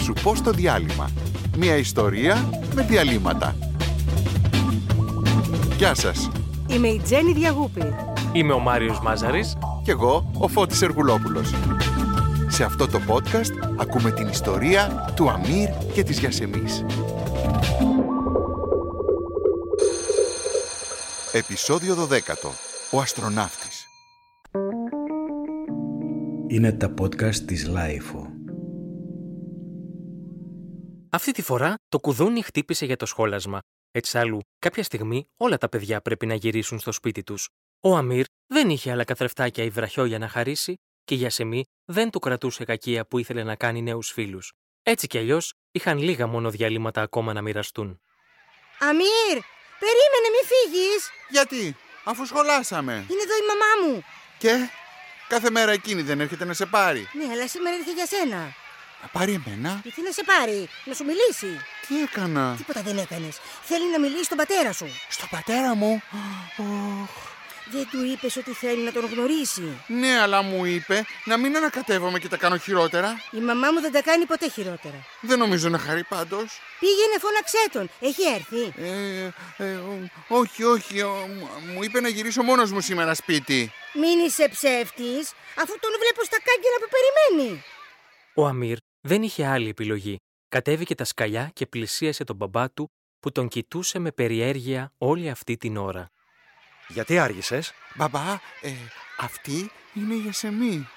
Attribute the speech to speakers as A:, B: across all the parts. A: σου πω στο διάλειμμα. Μια ιστορία με διαλύματα. Γεια σας.
B: Είμαι η Τζέννη Διαγούπη.
C: Είμαι ο Μάριος Μάζαρης.
A: Κι εγώ, ο Φώτης Εργουλόπουλος. Σε αυτό το podcast ακούμε την ιστορία του Αμύρ και της Γιασεμής. Επισόδιο 12. Ο αστροναύτης.
D: Είναι τα podcast της Λάιφο.
C: Αυτή τη φορά το κουδούνι χτύπησε για το σχόλασμα. Εξάλλου, κάποια στιγμή όλα τα παιδιά πρέπει να γυρίσουν στο σπίτι τους. Ο Αμύρ δεν είχε άλλα καθρεφτάκια ή βραχιό για να χαρίσει και η Γιασεμή δεν του κρατούσε κακία που ήθελε να κάνει νέους φίλους. Έτσι κι αλλιώς είχαν λίγα μόνο διαλύματα ακόμα να μοιραστούν.
B: Αμύρ, περίμενε, μη φύγεις.
A: Γιατί, αφού σχολάσαμε.
B: Είναι εδώ η μαμά μου.
A: Και κάθε μέρα εκείνη δεν έρχεται να σε πάρει.
B: Ναι, αλλά σήμερα ήρθε για σένα.
A: Να πάρει εμένα.
B: Γιατί να σε πάρει, να σου μιλήσει.
A: Τι έκανα.
B: Τίποτα δεν έκανες. Θέλει να μιλήσει στον πατέρα σου.
A: Στον πατέρα μου. Ωχ.
B: Δεν του είπες ότι θέλει να τον γνωρίσει.
A: Ναι, αλλά μου είπε να μην ανακατεύομαι και τα κάνω χειρότερα.
B: Η μαμά μου δεν τα κάνει ποτέ χειρότερα.
A: Δεν νομίζω να χαρεί πάντως.
B: Πήγαινε, φώναξέ τον. Έχει έρθει.
A: Ε, ε, ο- όχι, όχι. ο- μ- μου είπε να γυρίσω μόνος μου σήμερα σπίτι.
B: Μην είσαι ψεύτης, αφού τον βλέπω στα κάγκελα που περιμένει.
C: Ο Αμύρ δεν είχε άλλη επιλογή. Κατέβηκε τα σκαλιά και πλησίασε τον μπαμπά του που τον κοιτούσε με περιέργεια όλη αυτή την ώρα.
E: Γιατί άργησες,
A: Μπαμπά, ε, αυτή είναι η Γιασεμή.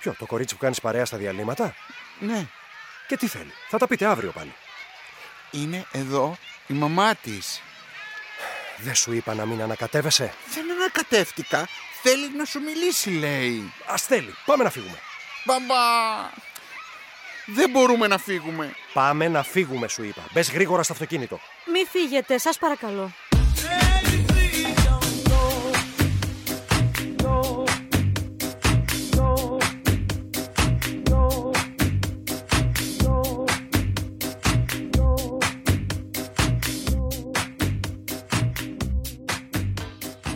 E: Ποιο, το κορίτσι που κάνεις παρέα στα διαλύματα.
A: Ναι,
E: Και τι θέλει, θα τα πείτε αύριο πάλι.
A: είναι εδώ η μαμά της.
E: Δεν σου είπα να μην ανακατεύεσαι.
A: Δεν ανακατεύτηκα. Θέλει να σου μιλήσει, λέει.
E: Ας θέλει, πάμε να φύγουμε.
A: Μπαμπά! Δεν μπορούμε να φύγουμε.
E: Πάμε να φύγουμε, σου είπα. Μπες γρήγορα στο αυτοκίνητο.
B: Μη φύγετε, σας παρακαλώ.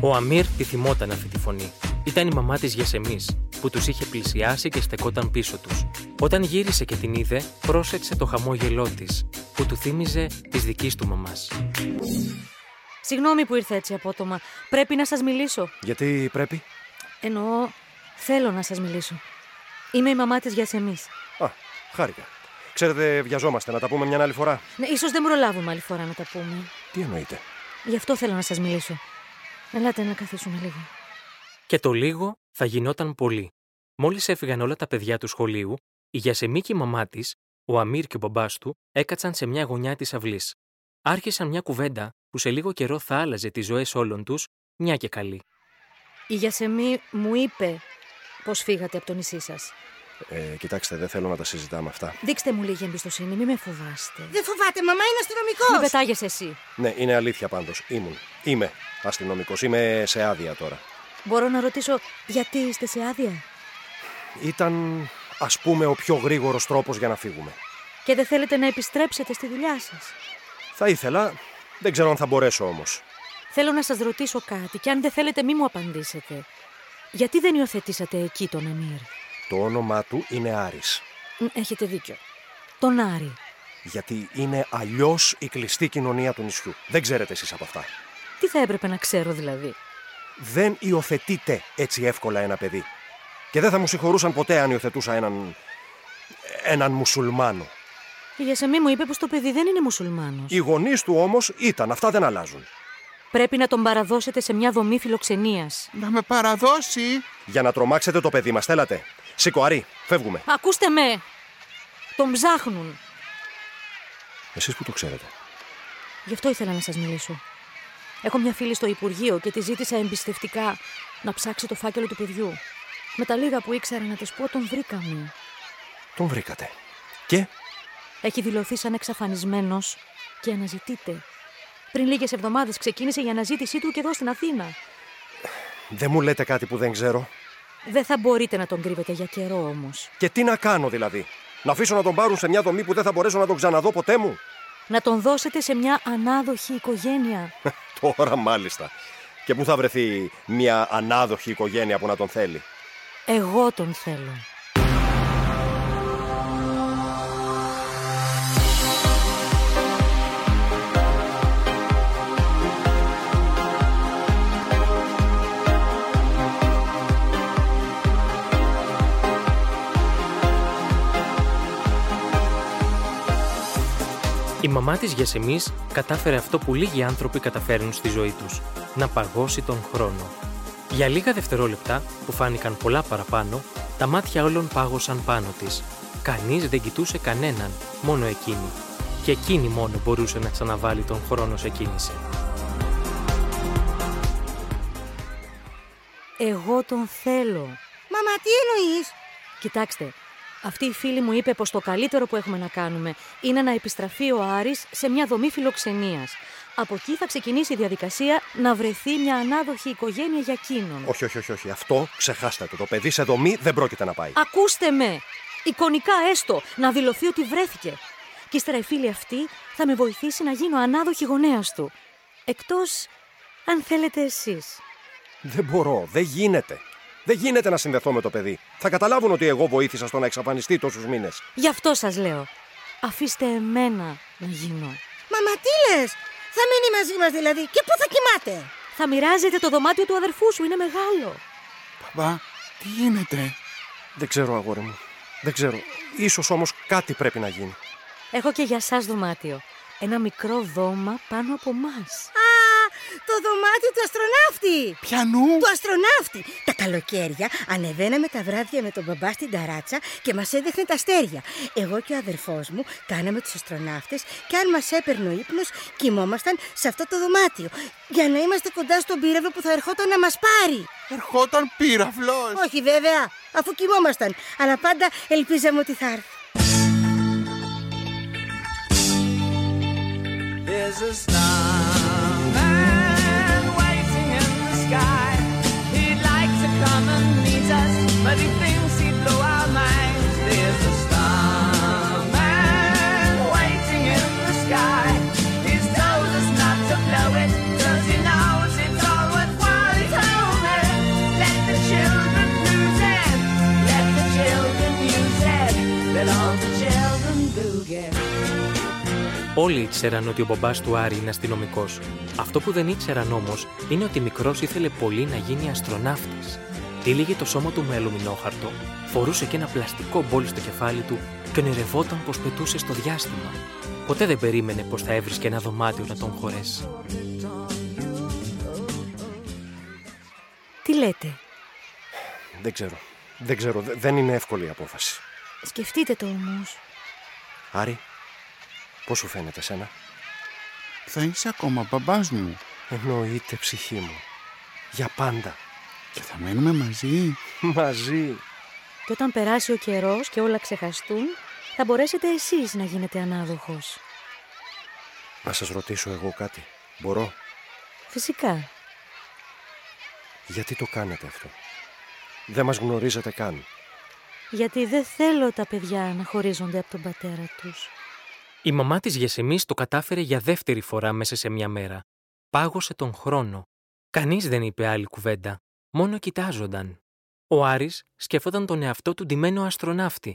C: Ο Αμύρ τη θυμόταν αυτή τη φωνή. Ήταν η μαμά της Γεσεμής, που τους είχε πλησιάσει και στεκόταν πίσω τους. Όταν γύρισε και την είδε, πρόσεξε το χαμόγελό της, που του θύμιζε τη δική του μαμάς.
F: Συγγνώμη που ήρθα έτσι απότομα. Πρέπει να σας μιλήσω.
E: Γιατί πρέπει.
F: Εννοώ, θέλω να σας μιλήσω. Είμαι η μαμά της Γιασεμής.
E: Α, χάρηκα. Ξέρετε, βιαζόμαστε να τα πούμε μια άλλη φορά.
F: Ναι, ίσως δεν προλάβουμε άλλη φορά να τα πούμε.
E: Τι εννοείτε.
F: Γι' αυτό θέλω να σας μιλήσω. Ελάτε να καθίσουμε λίγο.
C: Και το λίγο θα γινόταν πολύ. Μόλις έφυγαν όλα τα παιδιά του σχολείου, η Γιασεμή και η μαμά της, ο Αμύρ και ο μπαμπάς του, έκατσαν σε μια γωνιά της αυλής. Άρχισαν μια κουβέντα που σε λίγο καιρό θα άλλαζε τις ζωές όλων τους, μια και καλή.
F: Η Γιασεμή μου είπε πώς φύγατε από το νησί σας.
E: Ε, κοιτάξτε, δεν θέλω να τα συζητάμε αυτά.
F: Δείξτε μου λίγη εμπιστοσύνη, μην με φοβάστε.
B: Δεν φοβάται, μαμά είναι
F: Μην
B: αστυνομικό.
F: πετάγεσαι εσύ.
E: Ναι, είναι αλήθεια πάντως. Ήμουν. Είμαι αστυνομικός. Είμαι σε άδεια τώρα.
F: Μπορώ να ρωτήσω γιατί είστε σε άδεια.
E: Ήταν, ας πούμε, ο πιο γρήγορος τρόπος για να φύγουμε.
F: Και δεν θέλετε να επιστρέψετε στη δουλειά σας.
E: Θα ήθελα, δεν ξέρω αν θα μπορέσω όμως.
F: Θέλω να σας ρωτήσω κάτι και αν δεν θέλετε μη μου απαντήσετε. Γιατί δεν υιοθετήσατε εκεί τον Αμύρ.
E: Το όνομά του είναι Άρης.
F: Μ, Έχετε δίκιο. Τον Άρη.
E: Γιατί είναι αλλιώς η κλειστή κοινωνία του νησιού. Δεν ξέρετε εσείς από αυτά.
F: Τι θα έπρεπε να ξέρω δηλαδή.
E: Δεν υιοθετείτε έτσι εύκολα ένα παιδί. Και δεν θα μου συγχωρούσαν ποτέ αν υιοθετούσα έναν. έναν μουσουλμάνο.
F: Η Γιασεμή μου είπε πως το παιδί δεν είναι μουσουλμάνος.
E: Οι γονείς του όμως ήταν, αυτά δεν αλλάζουν.
F: Πρέπει να τον παραδώσετε σε μια δομή φιλοξενίας.
A: Να με παραδώσει.
E: Για να τρομάξετε το παιδί μας, θέλατε. Σήκω, Άρη, φεύγουμε.
F: Ακούστε με! Τον ψάχνουν.
E: Εσείς που το ξέρετε.
F: Γι' αυτό ήθελα να σας μιλήσω. Έχω μια φίλη στο Υπουργείο και τη ζήτησα εμπιστευτικά να ψάξει το φάκελο του παιδιού. Με τα λίγα που ήξερα να της πω τον βρήκαμε.
E: Τον βρήκατε. Και
F: Έχει δηλωθεί σαν εξαφανισμένος και αναζητείται. Πριν λίγες εβδομάδες ξεκίνησε η αναζήτησή του και εδώ στην Αθήνα.
E: δεν μου λέτε κάτι που δεν ξέρω.
F: Δεν θα μπορείτε να τον κρύβετε για καιρό όμως.
E: Και τι να κάνω δηλαδή. Να αφήσω να τον πάρουν σε μια δομή που δεν θα μπορέσω να τον ξαναδώ ποτέ μου.
F: Να τον δώσετε σε μια ανάδοχη οικογένεια.
E: Τώρα μάλιστα. Και πού θα βρεθεί μια ανάδοχη οικογένεια που να τον θέλει.
F: Εγώ τον θέλω.
C: μαμά της Γιασεμής κατάφερε αυτό που λίγοι άνθρωποι καταφέρνουν στη ζωή τους, να παγώσει τον χρόνο. Για λίγα δευτερόλεπτα, που φάνηκαν πολλά παραπάνω, τα μάτια όλων πάγωσαν πάνω της. Κανείς δεν κοιτούσε κανέναν, μόνο εκείνη. Και εκείνη μόνο μπορούσε να ξαναβάλει τον χρόνο σε κίνηση.
F: Εγώ τον θέλω.
B: Μαμά, τι εννοείς.
F: Κοιτάξτε, αυτή η φίλη μου είπε πως το καλύτερο που έχουμε να κάνουμε είναι να επιστραφεί ο Άρης σε μια δομή φιλοξενίας. Από εκεί θα ξεκινήσει η διαδικασία να βρεθεί μια ανάδοχη οικογένεια για εκείνον.
E: Όχι, όχι, όχι, όχι. Αυτό ξεχάστε το. Το παιδί σε δομή δεν πρόκειται να πάει.
F: Ακούστε με! Εικονικά έστω να δηλωθεί ότι βρέθηκε. Και ύστερα η φίλη αυτή θα με βοηθήσει να γίνω ανάδοχη γονέας του. Εκτός αν θέλετε εσείς.
E: Δεν μπορώ, δεν γίνεται. Δεν γίνεται να συνδεθώ με το παιδί. Θα καταλάβουν ότι εγώ βοήθησα στο να εξαφανιστεί τόσους μήνες.
F: Γι' αυτό σας λέω. Αφήστε εμένα να γίνω.
B: Μαμά, τι λες. Θα μείνει μαζί μας δηλαδή. Και πού θα κοιμάται.
F: Θα μοιράζετε το δωμάτιο του αδερφού σου, είναι μεγάλο.
A: Παπά, τι γίνεται.
E: Δεν ξέρω, αγόρι μου. Δεν ξέρω. Ίσως όμως κάτι πρέπει να γίνει.
F: Έχω και για σας δωμάτιο. Ένα μικρό δώμα πάνω από μας.
B: Α, το δωμάτιο του αστροναύτη.
A: Πιανού.
B: Του αστροναύτη! Τα καλοκαίρια ανεβαίναμε τα βράδια με τον μπαμπά στην ταράτσα και μας έδεχνε τα αστέρια. Εγώ και ο αδερφός μου κάναμε τους αστροναύτες και αν μας έπαιρνε ο ύπνος, κοιμόμασταν σε αυτό το δωμάτιο. Για να είμαστε κοντά στον πύραυλο που θα ερχόταν να μας πάρει.
A: Ερχόταν πύραυλος.
B: Όχι βέβαια, αφού κοιμόμασταν. Αλλά πάντα ελπίζαμε ότι θα έρθει.
G: There's a snowman waiting in the sky. He'd like to come and meet us, but he thinks he'd blow our minds. There's a snowman waiting in the sky. He's told us not to blow it, 'cause he knows it's all worthwhile. He's homing. Let the children lose it. Let the children use it. Let all the children do it.
C: Όλοι ήξεραν ότι ο μπαμπάς του Άρη είναι αστυνομικός. Αυτό που δεν ήξεραν όμως είναι ότι μικρός ήθελε πολύ να γίνει αστροναύτης. Τύλιγε το σώμα του με αλουμινόχαρτο, φορούσε και ένα πλαστικό μπόλι στο κεφάλι του και ονειρευόταν πως πετούσε στο διάστημα. Ποτέ δεν περίμενε πως θα έβρισκε ένα δωμάτιο να τον χωρέσει.
F: Τι λέτε,
E: Δεν ξέρω. Δεν ξέρω. Δε- Δεν είναι εύκολη η απόφαση.
F: σκεφτείτε το όμως.
E: Άρη, πώς σου φαίνεται σένα.
A: Θα είσαι ακόμα μπαμπάς μου.
E: Εννοείται ψυχή μου. Για πάντα.
A: Και θα μένουμε μαζί.
E: Μαζί.
F: Και όταν περάσει ο καιρός και όλα ξεχαστούν, θα μπορέσετε εσείς να γίνετε ανάδοχος.
E: Να σας ρωτήσω εγώ κάτι. Μπορώ.
F: Φυσικά.
E: Γιατί το κάνετε αυτό. Δεν μας γνωρίζετε καν.
F: Γιατί δεν θέλω τα παιδιά να χωρίζονται από τον πατέρα τους.
C: Η μαμά της Γεσεμής το κατάφερε για δεύτερη φορά μέσα σε μια μέρα. Πάγωσε τον χρόνο. Κανείς δεν είπε άλλη κουβέντα. Μόνο κοιτάζονταν. Ο Άρης σκεφτόταν τον εαυτό του ντυμένο αστροναύτη.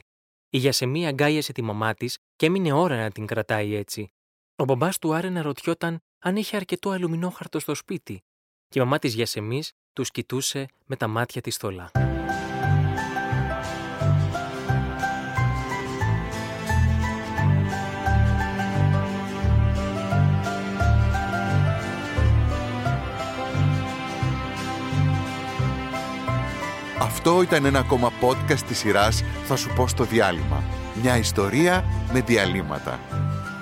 C: Η Γιασεμή αγκάλιασε τη μαμά της και έμεινε ώρα να την κρατάει έτσι. Ο μπαμπάς του Άρη αναρωτιόταν αν είχε αρκετό αλουμινόχαρτο στο σπίτι. Και η μαμά της Γιασεμής τους κοιτούσε με τα μάτια της θολά.
A: Αυτό ήταν ένα ακόμα podcast της σειράς «Θα σου πω στο διάλειμμα». Μια ιστορία με διαλύματα.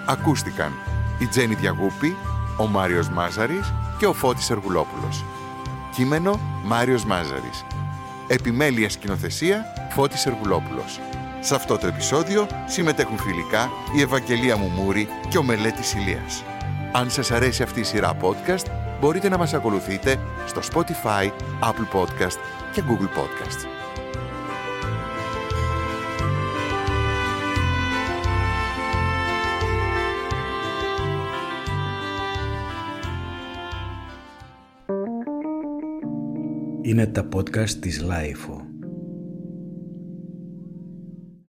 A: Ακούστηκαν η Τζέννη Διαγούπη, ο Μάριος Μάζαρης και ο Φώτης Εργουλόπουλος. Κείμενο Μάριος Μάζαρης. Επιμέλεια σκηνοθεσία Φώτης Εργουλόπουλος. Σε αυτό το επεισόδιο συμμετέχουν φιλικά η Ευαγγελία Μουμούρη και ο Μελέτης Ηλίας. Αν σας αρέσει αυτή η σειρά podcast, μπορείτε να μας ακολουθείτε στο Spotify, Apple Podcast και Google Podcasts.
D: Είναι τα podcast της Λάιφο.